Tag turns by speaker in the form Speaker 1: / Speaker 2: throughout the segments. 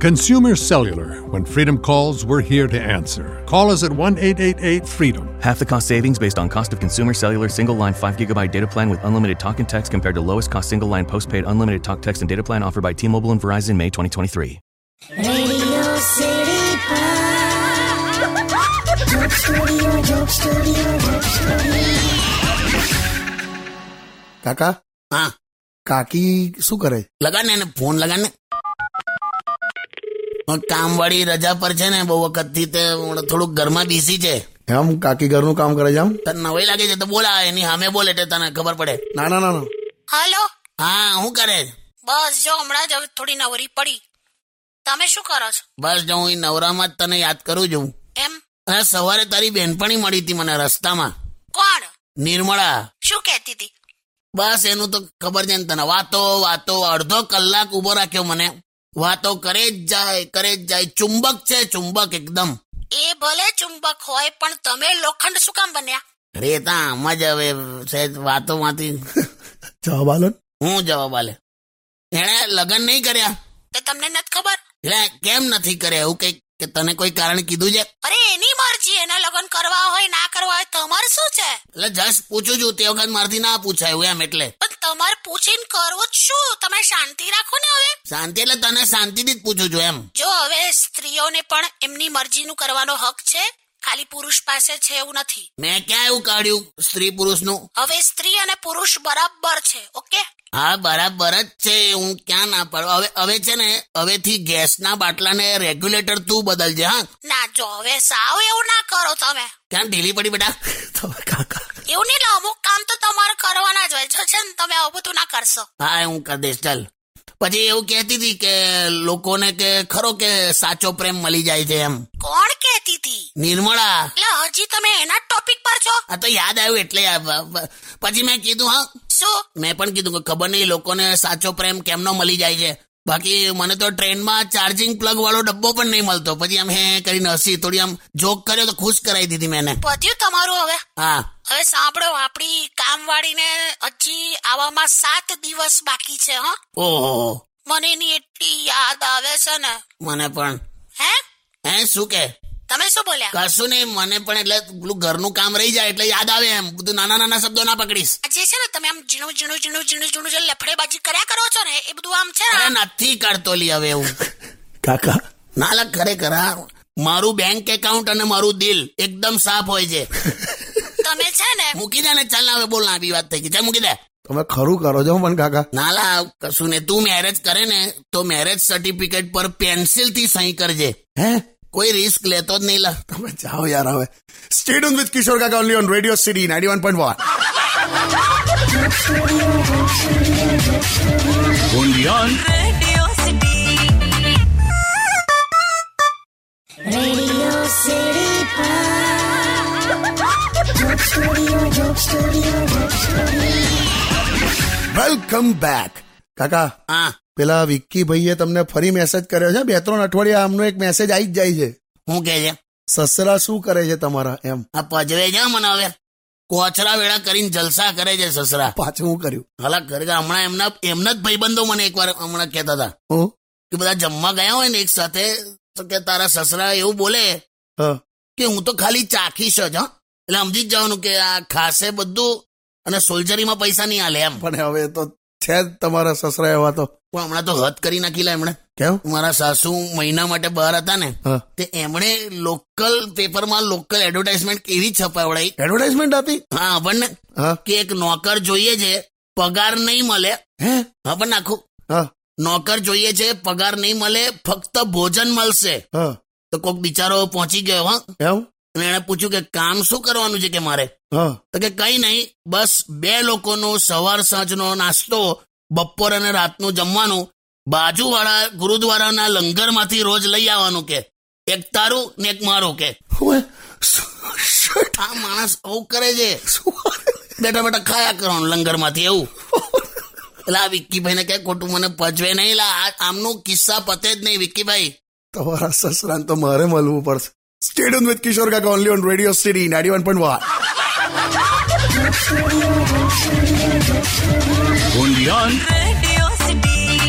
Speaker 1: Consumer Cellular. When freedom calls, we're here to answer. Call us at 1 888 freedom.
Speaker 2: Half the cost savings based on cost of consumer cellular single line 5 gigabyte data plan with unlimited talk and text compared to lowest cost single line postpaid unlimited talk text and data plan offered by T-Mobile and Verizon May 2023.
Speaker 3: Radio City Pod. Joke Studio, Joke Studio, Joke Studio.
Speaker 4: કાકા
Speaker 5: હા
Speaker 4: કાકી શું કરે
Speaker 5: લગાડને એને phone લગાડને કામ વાળી રજા પર છે ને બહુ વખત થી તે હમણાં થોડુંક ઘરમાં બીસી છે
Speaker 4: એમ કાકી ઘરનું કામ કરે છે આમ
Speaker 5: તને નવાઈ લાગે છે તો બોલા એની સામે બોલ એટલે તને ખબર પડે
Speaker 4: ના ના ના ના
Speaker 3: હાલો
Speaker 5: હા હું કરે
Speaker 3: બસ જો હમણાં જ હવે થોડી નવરી પડી તમે શું કરો છો
Speaker 5: બસ જો હું ઈ નવરામાં જ તને યાદ કરું છું
Speaker 3: એમ
Speaker 5: અને સવારે તારી બેનપણી મળી હતી મને રસ્તામાં
Speaker 3: કોણ
Speaker 5: નિર્મળા
Speaker 3: શું કહેતી હતી
Speaker 5: બસ એનું તો ખબર છે ને તને વાતો વાતો અડધો કલાક ઉભો રાખ્યો મને વાતો કરે જ જાય કરે જ જાય ચુંબક છે ચુંબક એકદમ
Speaker 3: એ ભલે ચુંબક હોય પણ તમે લોખંડ શું કામ બન્યા
Speaker 5: અરે તા આમ જ હવે સહેજ વાતોમાંથી
Speaker 4: જવાબ આલો ને.
Speaker 5: હું જવાબ આલે એણે લગ્ન નહીં કર્યા
Speaker 3: તે તમને નથી ખબર
Speaker 5: એટલે કેમ નથી કર્યા એવું કઈ કે તને કોઈ કારણ કીધું છે
Speaker 3: અરે એની મરજી એના લગ્ન કરવા હોય ના કરવા હોય તમારે શું છે
Speaker 5: એટલે જસ્ટ પૂછું છું તે વખત મારથી ના પૂછાય એવું એમ એટલે
Speaker 3: પણ તમારે પૂછીને કરવું જ શું તમે શાંતિ રાખો ને હવે
Speaker 5: શાંતિ એટલે તને શાંતિથી જ પૂછું છું એમ
Speaker 3: જો હવે સ્ત્રીઓને પણ એમની મરજીનું કરવાનો હક છે ખાલી પુરુષ પાસે છે એવું નથી
Speaker 5: મેં ક્યાં એવું કાઢ્યું સ્ત્રી પુરુષનું
Speaker 3: હવે સ્ત્રી અને પુરુષ બરાબર છે ઓકે
Speaker 5: હા બરાબર જ છે હું ક્યાં ના પાડું હવે હવે છે ને હવેથી ગેસના બાટલાને રેગ્યુલેટર તું બદલજે હા
Speaker 3: ના જો હવે સાવ એવું ના કરો તમે
Speaker 5: ક્યાં ઢીલી પડી બેટા
Speaker 4: તમે કાકા
Speaker 3: એવું નહીં એટલે અમુક કામ તો તમારે કરવાના જ હોય જો છે ને તમે આવું બધું ના કરશો
Speaker 5: હા એ હું કરી દઈશ ચાલ પછી એવું કહેતી હતી કે લોકોને કે ખરો કે સાચો પ્રેમ મળી જાય છે એમ
Speaker 3: કોણ કહેતી હતી
Speaker 5: નિર્મળા
Speaker 3: એટલે હજી તમે એના ટોપિક પર છો
Speaker 5: આ તો યાદ આવ્યું એટલે આ બ- બ- પછી મેં કીધું હા
Speaker 3: શું
Speaker 5: મેં પણ કીધું કે ખબર નહીં લોકોને સાચો પ્રેમ કેમનો મળી જાય છે બાકી મને તો ટ્રેનમાં ચાર્જિંગ પ્લગ વાળો ડબ્બો પણ નહીં મળતો પછી આમ હે કરીને હસી થોડી આમ જોક કર્યો તો ખુશ કરાવી દીધી મેં એને.
Speaker 3: વધ્યું તમારું હવે
Speaker 5: હા
Speaker 3: હવે સાંભળો આપણી કામવાળીને હજી આવવામાં સાત દિવસ બાકી છે હા
Speaker 5: ઓહો
Speaker 3: મને એની એટલી યાદ આવે છે ને
Speaker 5: મને પણ
Speaker 3: હે
Speaker 5: હે શું કે
Speaker 3: તમે શું બોલ્યા
Speaker 5: કશું નહીં મને પણ એટલે પેલું ઘરનું કામ રહી જાય એટલે યાદ આવે એમ બધું નાના નાના શબ્દો ના પકડીશ
Speaker 3: આજે છે ને તમે આમ ઝીણું ઝીણું ઝીણું ઝીણું ઝીણું જે લફડેબાજી કર્યા કરો છો ને એ બધું આમ છે ને
Speaker 5: અરે
Speaker 3: આમ
Speaker 5: નથી કરતો લી હવે એવું
Speaker 4: કાકા
Speaker 5: ના લા ખરેખર હા. મારું બેંક એકાઉન્ટ અને મારું દિલ એકદમ સાફ હોય છે
Speaker 3: તમે છે ને
Speaker 5: મૂકી દે ને ચાલ ને હવે બોલ ના આવી વાત થઈ ગઈ ચાલ મૂકી દે
Speaker 4: તમે ખરું કરો છો પણ કાકા
Speaker 5: ના લા આવું કશું ને તું મેરેજ કરે ને તો મેરેજ સર્ટિફિકેટ પર પેન્સિલ થી સહી કરજે
Speaker 4: હે
Speaker 5: કોઈ રિસ્ક લેતો જ નહીં લા
Speaker 4: તમે જાઓ યાર હવે સ્ટે ટ્યુન વિથ કિશોર કાકા only on Radio City 91.1
Speaker 3: Radio City
Speaker 4: welcome back કાકા
Speaker 5: હા
Speaker 4: પેલા વિક્કી ભાઈએ તમને ફરી મેસેજ કર્યો છે બે ત્રણ અઠવાડિયા આમનો એક મેસેજ આવી જ જાય છે
Speaker 5: હું કે છે
Speaker 4: સસરા શું કરે છે તમારા એમ
Speaker 5: આ પજવે છે મને હવે કોચરા વેળા કરીને જલસા કરે છે સસરા
Speaker 4: પાછું હું કર્યું
Speaker 5: હાલા ખરેખર હમણાં એમના એમના જ ભાઈબંધો મને એકવાર હમણાં કહેતા હતા
Speaker 4: હું
Speaker 5: કે બધા જમવા ગયા હોય ને એક સાથે તો કે તારા સસરા એવું બોલે
Speaker 4: હા
Speaker 5: કે હું તો ખાલી ચાખીશ જ હં. એટલે સમજી જ જવાનું કે આ ખાસે બધું અને સોલ્જરીમાં પૈસા નહીં આલે એમ
Speaker 4: પણ હવે તો છે જ તમારા સસરા એવા તો
Speaker 5: પણ હમણાં તો હદ કરી નાખીલા એમણે
Speaker 4: કેમ
Speaker 5: મારા સાસુ મહિના માટે બહાર હતા ને
Speaker 4: હા
Speaker 5: તે એમણે લોકલ પેપરમાં લોકલ એડવર્ટાઇઝમેન્ટ એવી છપાવડાઈ
Speaker 4: એડવર્ટાઇઝમેન્ટ આપી
Speaker 5: હા આપણને
Speaker 4: હા
Speaker 5: કે એક નોકર જોઈએ છે પગાર નહીં મળે
Speaker 4: હે
Speaker 5: આપણને આખું
Speaker 4: હા
Speaker 5: નોકર જોઈએ છે પગાર નહીં મળે ફક્ત ભોજન મળશે
Speaker 4: હા
Speaker 5: તો કોક બિચારો પહોંચી ગયો હા
Speaker 4: એમ
Speaker 5: અને એણે પૂછ્યું કે કામ શું કરવાનું છે કે મારે
Speaker 4: હા
Speaker 5: તો કે કઈ નહીં બસ બે લોકોનો સવાર સાંજનો નાસ્તો બપોર અને રાતનું જમવાનું બાજુવાળા ગુરુદ્વારાના લંગરમાંથી રોજ લઈ આવવાનું કે એક તારું ને એક મારું કે
Speaker 4: ઓએ, શું- શટ.
Speaker 5: આ માણસ આવું કરે છે
Speaker 4: શું?
Speaker 5: બેટા બેટા ખાયા કરવાનું લંગરમાંથી એવું પેલા વિક્કીભાઈ ને કઈ ખોટું મને પજવે નહીં લા આ- આમનું કિસ્સા પતે જ નહીં વિક્કીભાઈ
Speaker 4: તમારા સસરાને તો મારે મળવું પડશે સ્ટેડિયમ વિથ કિશોર કાકા only on Radio City ninety one point one
Speaker 6: Radio City.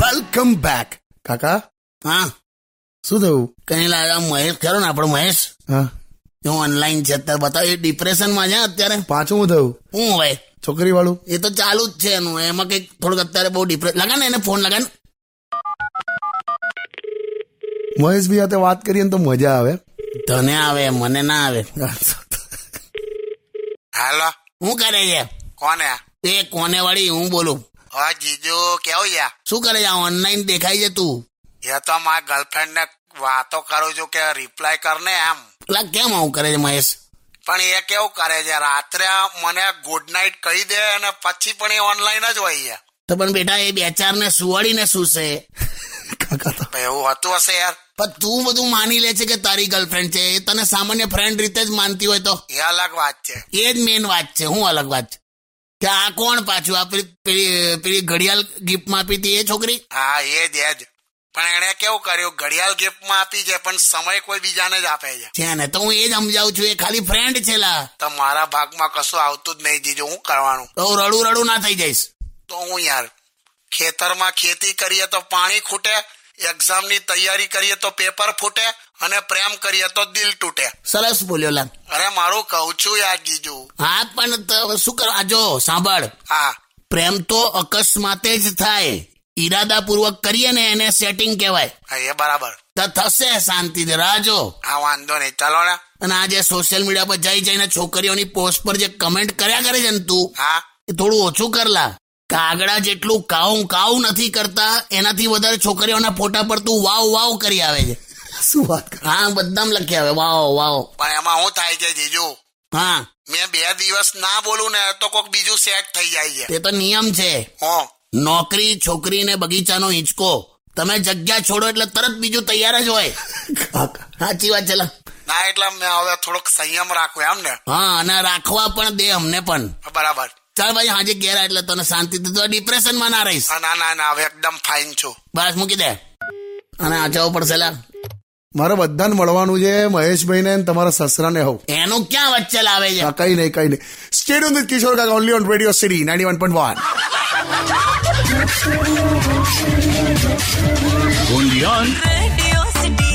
Speaker 4: Welcome back કાકા
Speaker 5: હા
Speaker 4: શું થયું
Speaker 5: કઈ લા આ મહેશ ખરો ને આપણો મહેશ
Speaker 4: હા
Speaker 5: હું ઓનલાઈન છે અત્યારે બતાવ એ ડિપ્રેશનમાં છે અત્યારે
Speaker 4: પાંચમું થયું
Speaker 5: હું હવે
Speaker 4: છોકરી વાળું
Speaker 5: એ તો ચાલુ જ છે એનું એમાં કઈક થોડુંક અત્યારે બહુ ડિપ્રેસ લગાને એને ફોન લગાને
Speaker 4: મહેશભાઈ સાથે વાત કરીએ ને તો મજા આવે
Speaker 5: તને આવે મને ના આવે
Speaker 7: હાલો
Speaker 5: હું કરે છે
Speaker 7: કોને આ
Speaker 5: એ કોને વાળી હું બોલું
Speaker 7: હા જીજુ કેવું યા
Speaker 5: શું કરે છે ઓનલાઈન દેખાય છે તું
Speaker 7: એ તો મારા ગર્લફ્રેન્ડ ને વાતો કરું છું કે રિપ્લાય કર ને એમ
Speaker 5: પેલા કેમ આવું કરે છે મહેશ
Speaker 7: પણ એ કેવું કરે છે રાત્રે મને ગુડ નાઇટ કહી દે અને પછી પણ એ ઓનલાઈન જ હોય યાર
Speaker 5: તો પણ બેટા એ બે ચાર ને સુવાડીને સુશે
Speaker 4: કાકા તો
Speaker 7: તો એવું હતું હશે યાર
Speaker 5: પણ તું બધું માની લે છે કે તારી ગર્લફ્રેન્ડ છે એ તને સામાન્ય ફ્રેન્ડ રીતે જ માનતી હોય તો
Speaker 7: એ અલગ વાત છે
Speaker 5: એ જ મેઇન વાત છે હું અલગ વાત છે કે આ કોણ પાછું આ પેલી પેલી પેલી ઘડિયાળ ગિફ્ટમાં આપી હતી એ છોકરી
Speaker 7: હા એ જ એ જ પણ એણે કેવું કર્યું ઘડિયાળ ગિફ્ટમાં આપી છે પણ સમય કોઈ બીજાને જ આપે છે
Speaker 5: છે ને તો હું એ જ સમજાવું છું એ ખાલી ફ્રેન્ડ છે લા
Speaker 7: તો મારા ભાગમાં કશું આવતું જ નહીં જીજુ હું કરવાનું
Speaker 5: તો હું રડું રડું ના થઈ જઈશ
Speaker 7: તો હું યાર ખેતરમાં ખેતી કરીએ તો પાણી ખૂટે એક્ઝામની તૈયારી કરીએ તો પેપર ફૂટે અને પ્રેમ કરીએ તો દિલ તૂટે
Speaker 5: સરસ બોલ્યો લા
Speaker 7: અરે મારું કહું છું યાર જીજુ
Speaker 5: હા પણ તો શું કરો આ જો સાંભળ
Speaker 7: હા
Speaker 5: પ્રેમ તો અકસ્માતે જ થાય ઈરાદાપૂર્વક કરીએ ને એને સેટિંગ કહેવાય
Speaker 7: હા, એ બરાબર
Speaker 5: તો થશે શાંતિથી રાજો
Speaker 7: હા વાંધો નહીં ચાલો ને
Speaker 5: અને આ જે સોશિયલ મીડિયા પર જઈ જઈને છોકરીઓની પોસ્ટ પર જે કમેન્ટ કર્યા કરે છે ને તું
Speaker 7: હા
Speaker 5: એ થોડું ઓછું કરલા કાગડા જેટલું કાઉ કાઉ નથી કરતા એનાથી વધારે છોકરીઓના ફોટા પર તું વાવ વાવ કરી આવે છે
Speaker 4: શું વાત કરે
Speaker 5: હા બધામાં લખી આવે વાવ વાવ
Speaker 7: પણ એમાં શું થાય છે જીજુ
Speaker 5: હા
Speaker 7: મેં બે દિવસ ના બોલું ને તો કોઈક બીજું સેટ થઈ જાય છે
Speaker 5: તે તો નિયમ છે
Speaker 7: હો
Speaker 5: નોકરી છોકરી ને બગીચાનો હિંચકો તમે જગ્યા છોડો એટલે તરત બીજું તૈયાર જ હોય
Speaker 4: કાકા
Speaker 5: સાચી વાત છે લા.
Speaker 7: ના એટલે મેં હવે થોડોક સંયમ રાખું એમ ને
Speaker 5: હા અને રાખવા પણ દે અમને પણ
Speaker 7: બરાબર
Speaker 5: ચાલ ભાઈ હાજે ઘેર આ એટલે તને શાંતિ તો ડિપ્રેશનમાં ના રહીશ
Speaker 7: હા, ના ના ના હવે એકદમ ફાઇન છું
Speaker 5: બસ મૂકી દે અને આ જવું પડશે લા
Speaker 4: મારે બધાને મળવાનું છે મહેશભાઈ ને તમારા સસરાને હોવ
Speaker 5: એનું ક્યાં વચ્ચે લાવે છે
Speaker 4: હા કઈ નહીં કઈ નહીં સ્ટેડિયમ વિથ કિશોર કાકા only on Radio City ninety one point one
Speaker 6: Radio City.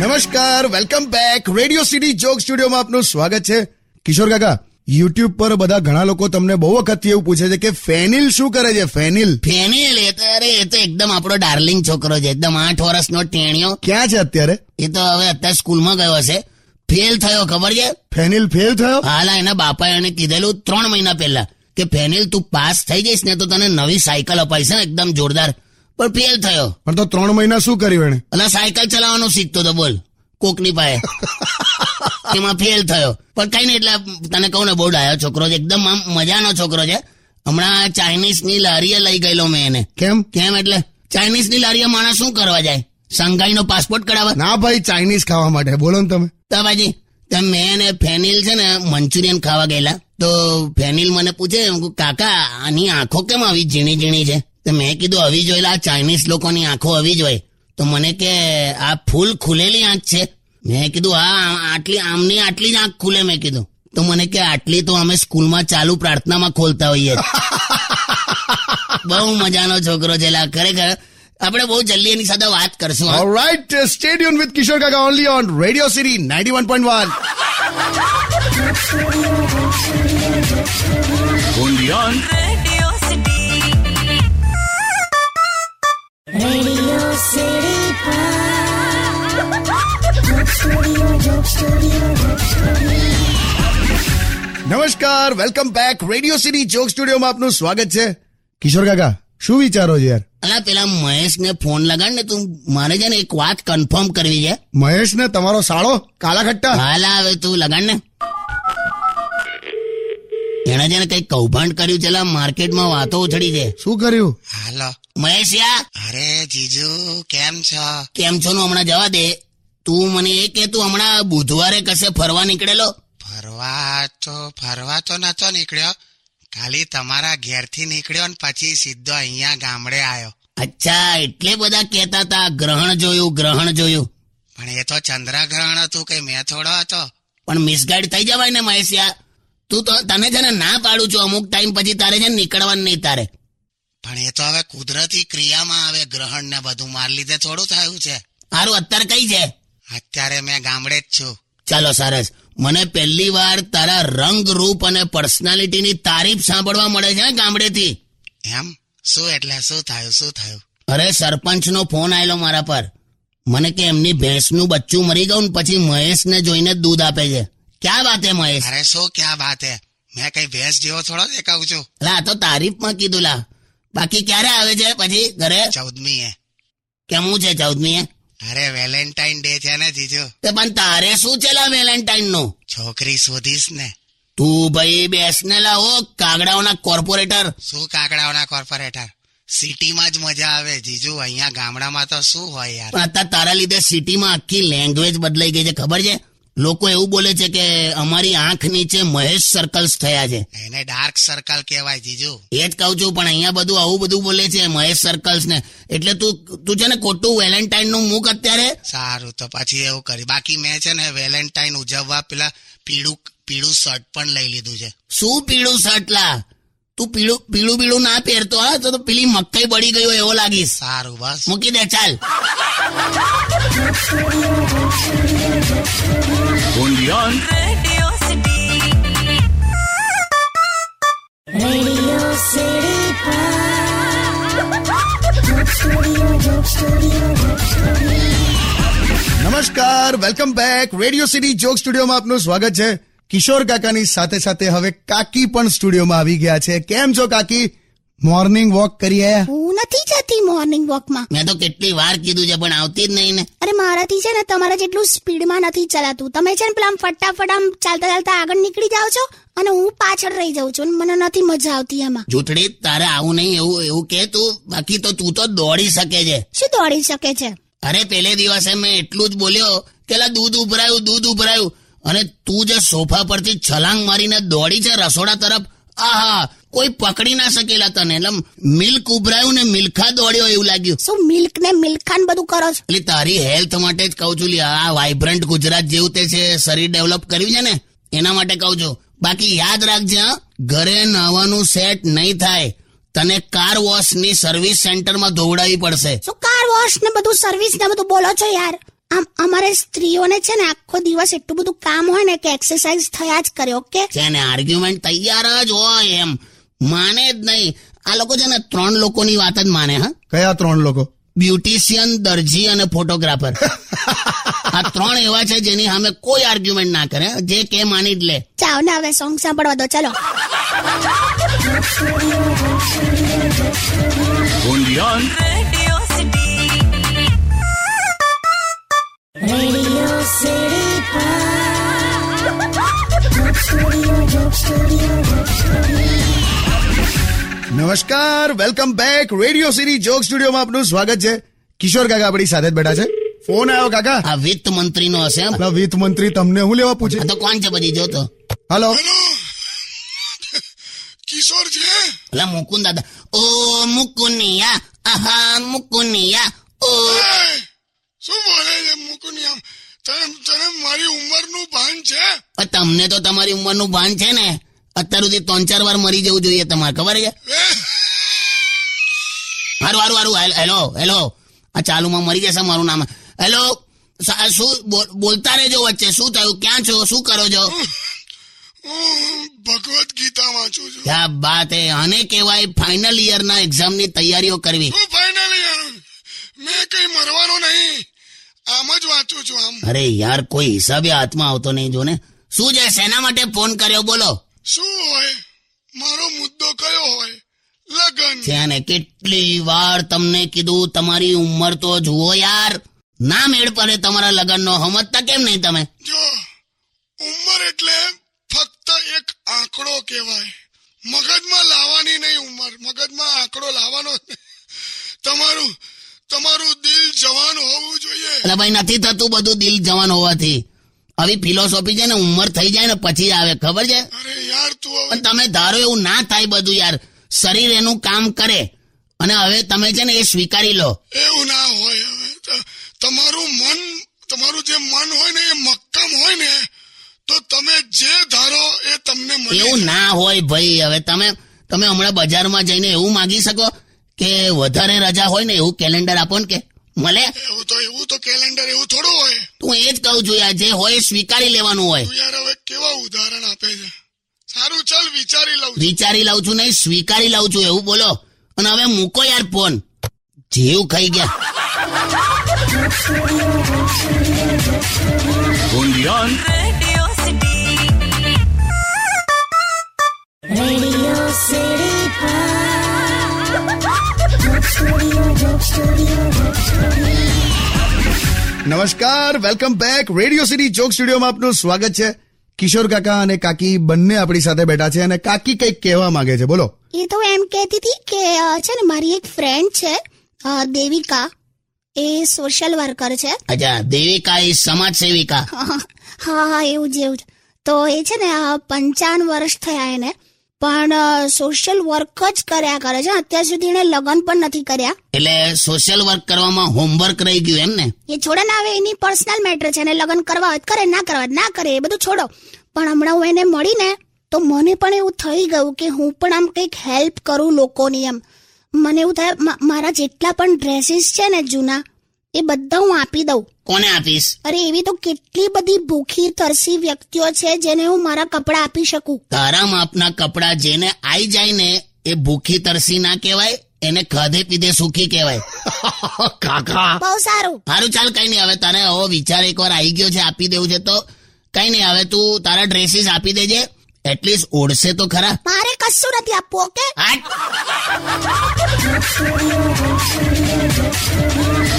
Speaker 4: નમસ્કાર welcome back Radio City joke સ્ટુડિયોમાં આપનું સ્વાગત છે કિશોર કાકા યુટ્યુબ પર બધા ઘણા લોકો તમને બહુ વખતથી એવું પૂછે છે કે ફેનિલ શું કરે છે ફેનિલ
Speaker 5: ફેની લે તો અરે એ તો એકદમ આપણો ડાર્લિંગ છોકરો છે એકદમ આઠ વર્ષનો ટેણિયો
Speaker 4: ક્યાં છે અત્યારે
Speaker 5: એ તો હવે અત્યારે સ્કૂલમાં ગયો હશે ફેલ થયો ખબર છે
Speaker 4: ફેનિલ ફેલ થયો
Speaker 5: હાલા એના બાપાએ એને કીધેલું ત્રણ મહિના પહેલા કે ફેનિલ તું પાસ થઈ જઈશ ને તો તને નવી સાયકલ અપાઈશ હે, એકદમ જોરદાર પણ ફેલ થયો
Speaker 4: પણ તો ત્રણ મહિના શું કર્યું એણે
Speaker 5: અને સાયકલ ચલાવવાનું શીખતો હતો બોલ કોકની પાસે એમાં ફેલ થયો પણ કઈ નહીં એટલે તને કહું ને બહુ ડાયો છોકરો છે એકદમ આમ મજાનો છોકરો છે હમણાં ચાઇનીઝ ની લારીએ લઈ ગયેલો મેં એને
Speaker 4: કેમ
Speaker 5: કેમ એટલે ચાઇનીઝ ની લારીએ માણસ શું કરવા જાય શંઘાઈ નો પાસપોર્ટ કઢાવવા
Speaker 4: ના ભાઈ ચાઇનીઝ ખાવા માટે બોલો ને તમે
Speaker 5: તાબાજી તો મેં ને ફેનિલ છે ને મંચુરિયન ખાવા ગયેલા તો ફેનિલ મને પૂછે એમ કે, કાકા આની આંખો કેમ આવી ઝીણી ઝીણી છે તો મેં કીધું આવી જ હોય લા, આ ચાઇનીઝ લોકોની આંખો આવી જ હોય તો મને કે આ ફૂલ ખુલેલી આંખ છે મેં કીધું હા આ- આટલી આમની આટલી જ આંખ ખુલે મેં કીધું તો મને કે આટલી તો અમે સ્કૂલમાં ચાલુ પ્રાર્થનામાં ખોલતા હોઈએ બહુ મજાનો છોકરો છે લા, ખરેખર આપણે બહુ જલ્દી એની સાથે વાત કરશું હા?
Speaker 4: ઓલરાઇટ સ્ટેડિયમ વિથ કિશોર કાકા only on Radio City 91.1
Speaker 6: Radio City.
Speaker 4: નમસ્કાર welcome back Radio City joke સ્ટુડિયોમાં આપનું સ્વાગત છે કિશોર કાકા શું વિચારો છે યાર
Speaker 5: અલા પેલા મહેશને ફોન લગાડ ને તું મારે છે ને એક વાત કન્ફર્મ કરવી છે
Speaker 4: મહેશ ને તમારો સાળો કાલા ખટ્ટા
Speaker 5: હાલા હવે તું લગાડ ને એણે છે ને કઈ કૌભાંડ કર્યું છે લા માર્કેટમાં વાતો ઉછળી છે
Speaker 4: શું કર્યું
Speaker 7: હાલો
Speaker 5: મહેશિયા
Speaker 7: અરે જીજુ કેમ છો
Speaker 5: કેમ છો નું હમણાં જવા દે તું મને એ કે તું હમણાં બુધવારે કશે ફરવા નીકળેલો
Speaker 7: ફરવા તો ફરવા તો નતો નીકળ્યો ખાલી તમારા ઘેરથી નીકળ્યો ને પછી સીધો અહીંયા ગામડે આવ્યો
Speaker 5: અચ્છા એટલે બધા કહેતા હતા ગ્રહણ જોયું ગ્રહણ જોયું
Speaker 7: પણ એ તો ચંદ્રગ્રહણ હતું કે મેં થોડો હતો
Speaker 5: પણ મિસગાઈડ થઈ જવાય ને મહેશિયા તું તો તને છે ને ના પાડું છું અમુક ટાઈમ પછી તારે છે ને નીકળવાનું નહીં તારે
Speaker 7: પણ એ તો હવે કુદરતી ક્રિયામાં હવે ગ્રહણ ને બધું માર લીધે થોડું થયું છે
Speaker 5: હારું અત્યારે કઈ છે
Speaker 7: અત્યારે મેં ગામડે જ છું
Speaker 5: ચાલો સરસ મને પહેલી વાર તારા રંગ રૂપ અને પર્સનાલિટીની તારીફ સાંભળવા મળે છે હે ગામડેથી
Speaker 7: એમ શું એટલે શું થયું શું થયું
Speaker 5: અરે સરપંચનો ફોન આયેલો મારા પર મને કે એમની ભેંસનું બચ્ચું મરી ગયું ને પછી મહેશને જોઈને દૂધ આપે છે ક્યાં વાત હે મહેશ
Speaker 7: અરે શું ક્યાં વાત હે મેં કઈ ભેંસ જેવો થોડો દેખાઉં છું
Speaker 5: લા આ તો તારીફમાં કીધું લા બાકી ક્યારે આવે છે પછી ઘરે
Speaker 7: ચૌદમી એ
Speaker 5: કેમું છે ચૌદમીએ
Speaker 7: અરે વેલેન્ટાઇન ડે છે ને જીજુ
Speaker 5: તે પણ તારે શું છે લા વેલેન્ટાઇન નું
Speaker 7: છોકરી શોધીશ ને
Speaker 5: તું ભાઈ બેસને લા હો કાગડાઓના કોર્પોરેટર
Speaker 7: શું કાકડાઓના કોર્પોરેટર સિટીમાં જ મજા આવે જીજુ અહીંયા ગામડામાં તો શું હોય યાર
Speaker 5: પણ અત્યારે તારા લીધે સિટીમાં આખી લેંગ્વેજ બદલાઈ ગઈ છે ખબર છે લોકો એવું બોલે છે કે અમારી આંખ નીચે મહેશ સર્કલ્સ થયા છે
Speaker 7: એને ડાર્ક સર્કલ કહેવાય જીજુ
Speaker 5: એ જ કહું છું પણ અહીંયા બધું આવું બધું બોલે છે મહેશ સર્કલ્સ ને એટલે તું તું છે ને ખોટું વેલેન્ટાઇન નું મૂક અત્યારે
Speaker 7: સારું તો પછી એવું કરી બાકી મેં છે ને વેલેન્ટાઇન ઉજવવા પેલા પીળું પીળું શર્ટ પણ લઈ લીધું છે
Speaker 5: શું પીળું શર્ટ લા તું પીળું પીળું પીળું ના પહેરતો હા તો તો પેલી મકઈ બળી ગયો એવો લાગીશ
Speaker 7: સારું બસ
Speaker 5: મૂકી દે ચાલ
Speaker 6: Radio City.
Speaker 4: નમસ્કાર welcome back Radio City joke સ્ટુડિયોમાં આપનું સ્વાગત છે કિશોર કાકાની સાથે સાથે હવે કાકી પણ સ્ટુડિયોમાં આવી ગયા છે કેમ છો કાકી મોર્નિંગ વોક કરી આયા
Speaker 8: હું નથી જતી મોર્નિંગ વોકમાં
Speaker 5: મેં તો કેટલી વાર કીધું છે પણ આવતી જ નહીં ને
Speaker 8: અરે મારાથી છે ને તમારા જેટલું સ્પીડમાં નથી ચલાતું તમે છે ને પેલા આમ ફટાફટ આમ ચાલતા ચાલતા આગળ નીકળી જાઓ છો અને હું પાછળ રહી જાઉં છું અને મને નથી મજા આવતી એમાં
Speaker 5: જૂઠડી તારે આવું નહીં એવું એવું કે તું બાકી તો તું તો દોડી શકે છે
Speaker 8: શું દોડી શકે છે
Speaker 5: અરે પેલે દિવસે મેં એટલું જ બોલ્યો કે લા દૂધ ઉભરાયું દૂધ ઉભરાયું અને તું જે સોફા પરથી છલાંગ મારીને દોડી છે રસોડા તરફ આહા કોઈ પકડી ના શકેલા તને એટલે મિલ્ક ઉભરાયું ને મિલ્ખા દોડ્યો એવું લાગ્યું
Speaker 8: શું મિલ્ક ને મિલ્ખાન બધું કરો છો
Speaker 5: એટલે તારી હેલ્થ માટે જ કહું છું લી, આ વાઇબ્રન્ટ ગુજરાત જેવું તે છે શરીર ડેવલપ કર્યું છે ને એના માટે કહું છું બાકી યાદ રાખજે હા, ઘરે નાવાનું સેટ નહીં થાય તને કાર વોશની સર્વિસ સેન્ટરમાં ધોવડાવી પડશે
Speaker 8: શું કાર વોશ ને બધું સર્વિસ ને બધું બોલો છો યાર આમ અમારે સ્ત્રીઓને છે ને આખો દિવસ એટલું બધું કામ હોય ને કે એક્સરસાઇઝ થયા જ કરે ઓકે
Speaker 5: છે ને આર્ગ્યુમેન્ટ તૈયાર જ હોય એમ માને જ નહીં આ લોકો છે ને ત્રણ લોકોની વાત જ માને હા
Speaker 4: કયા ત્રણ લોકો
Speaker 5: બ્યુટિશિયન દરજી અને ફોટોગ્રાફર આ ત્રણ એવા છે જેની સામે કોઈ આર્ગ્યુમેન્ટ ના કરે હા. જે કે માની જ લે
Speaker 8: ચાવ ને હવે સોંગ સાંભળવા દો ચલો
Speaker 6: Radio City.
Speaker 4: નમસ્કાર welcome back Radio City joke સ્ટુડિયોમાં આપનું સ્વાગત છે કિશોર કાકા આપણી સાથે જ બેઠા છે ફોન આવ્યો કાકા
Speaker 5: આ વિત્ત મંત્રીનો હશે હા.
Speaker 4: આપણા વિત્ત મંત્રી તમને હું લેવા પૂછે
Speaker 5: આ તો કોણ છે બધી જોતો
Speaker 4: હાલો
Speaker 7: કિશોર છે
Speaker 5: એટલે મુકુંદ દાદા ઓ મુકુનિયા આહા મુકુનિયા ઓ
Speaker 7: શું બોલે છે મુકુની આમ તને તને મારી ઉંમરનું ભાન છે
Speaker 5: પણ તમને તો તમારી ઉંમરનું ભાન છે ને અત્યાર સુધી ત્રણ ચાર વાર મરી જવું જોઈએ તમારે ખબર છે હારું હારું હારું હેલ- હેલો હેલો આ ચાલુમાં મરી જશે મારું નામ હેલો સા- શું બોલ- બોલતા રહેજો વચ્ચે શું થયું ક્યાં છો શું કરો છો
Speaker 7: હું ભગવદ્ ગીતા વાંચું છું
Speaker 5: ક્યાં બાત હે આને કહેવાય ફાઇનલ ઇયરના એક્ઝામની તૈયારીઓ કરવી
Speaker 7: હું ફાઇનલી મેં કઈ મરવાનું નહીં આમ જ વાંચું છું આમ
Speaker 5: અરે યાર કોઈ હિસાબે હાથમાં આવતો નહીં જો ને શું છે શેના માટે ફોન કર્યો બોલો
Speaker 7: શું હોય મારો મુદ્દો કયો હોય લગન
Speaker 5: છે અને કેટલી વાર તમને કીધું તમારી ઉંમર તો જુઓ યાર ના મેળ પડે તમારા લગ્નનો સમજતા કેમ નહીં તમે
Speaker 9: જો ઉંમર એટલે ફક્ત એક આંકડો કહેવાય મગજમાં લાવવાની નહીં ઉંમર મગજમાં આંકડો લાવવાનો જ નહીં. તમારું તમારું દિલ જવાન હોવું જોઈએ
Speaker 5: અરે ભાઈ નથી થતું બધું દિલ જવાન હોવાથી આવી ફિલોસોફી છે ને ઉંમર થઈ જાય ને પછી આવે ખબર છે
Speaker 9: અરે યાર તું હવે
Speaker 5: પણ તમે ધારો એવું ના થાય બધું યાર શરીર એનું કામ કરે અને હવે તમે છે ને એ સ્વીકારી લો
Speaker 9: એવું ના હોય હવે ત- તમારું મન તમારું જે મન હોય ને એ મક્કમ હોય ને તો તમે જે ધારો એ તમને મળી
Speaker 5: એવું ના હોય ભાઈ હવે તમે તમે હમણાં બજારમાં જઈને એવું માગી શકો કે વધારે રજા હોય ને એવું કેલેન્ડર આપો ને કે મળે
Speaker 9: એવું તો એવું તો કેલેન્ડર એવું થોડું હોય
Speaker 5: તું એ જ કહું છું યાર જે હોય એ સ્વીકારી લેવાનું હોય
Speaker 9: તું યાર હવે કેવા ઉદાહરણ આપે છે સારું ચાલ વિચારી લઉં છું.
Speaker 5: વિચારી લાવું છું નહીં સ્વીકારી લાવું છું એવું બોલો અને હવે મૂકો યાર ફોન જીવ ખાઈ ગયા
Speaker 6: Radio City.
Speaker 4: નમસ્કાર welcome back Radio City joke સ્ટુડિયોમાં આપનું સ્વાગત છે કિશોર કાકા અને કાકી બંને આપણી સાથે બેઠા છે અને કાકી કંઈક કહેવા માંગે છે બોલો
Speaker 8: એ તો એમ કહેતી હતી કે અ, છે ને મારી એક ફ્રેન્ડ છે અ, દેવિકા એ સોશિયલ વર્કર છે
Speaker 5: અચ્છા દેવિકા એ સમાજ સેવિકા
Speaker 8: હા હા એવું જ એવું જ તો એ છે ને અ, પંચાવન વર્ષ થયા એને પણ સોશિયલ વર્ક જ કર્યા કરે છે અત્યાર સુધી એણે લગ્ન પણ નથી કર્યા
Speaker 5: એટલે સોશિયલ વર્ક કરવામાં હોમવર્ક રહી ગયું એમ ને
Speaker 8: એ છોડે ને હવે એની પર્સનલ મેટર છે એને લગ્ન કરવા હોય તો કરે ના કરવા હોય તો ના કરે એ બધું છોડો પણ હમણાં હું એને મળીને તો મને પણ એવું થઈ ગયું કે હું પણ આમ કંઈક હેલ્પ કરું લોકોની એમ મને એવું થાય મા- મારા જેટલા પણ ડ્રેસીસ છે ને જૂના એ બધા હું આપી દઉં
Speaker 5: કોને આપીશ
Speaker 8: અરે એવી તો કેટલી બધી ભૂખી તરસી વ્યક્તિઓ છે જેને હું મારા કપડાં આપી શકું
Speaker 5: તારા માપના કપડા જેને આઈ જાય ને એ ભૂખી તરસી ના કહેવાય એને ખાધે પીધે સુખી કહેવાય કાકા
Speaker 8: બહુ સારું
Speaker 5: સારું ચાલ કઈ નહીં હવે તને હવે વિચાર એકવાર આવી ગયો છે આપી દેવું છે તો કઈ નહીં હવે તું તારા ડ્રેસીસ આપી દેજે એટલીસ્ટ ઓળશે તો ખરા
Speaker 8: મારે કશું નથી આપવું ઓકે
Speaker 5: હાટ.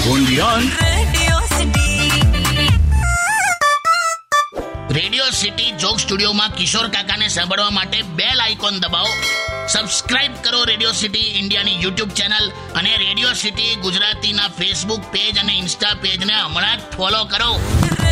Speaker 6: Radio City.
Speaker 5: Radio City joke સ્ટુડિયોમાં કિશોર કાકાને સાંભળવા માટે બેલ આઇકોન દબાવો સબસ્ક્રાઇબ કરો રેડિયો સિટી ઇન્ડિયાની યુટ્યુબ ચેનલ અને રેડિયો સિટી ગુજરાતીના ફેસબુક પેજ અને ઇન્સ્ટા પેજને હમણાં જ ફોલો કરો
Speaker 6: Radio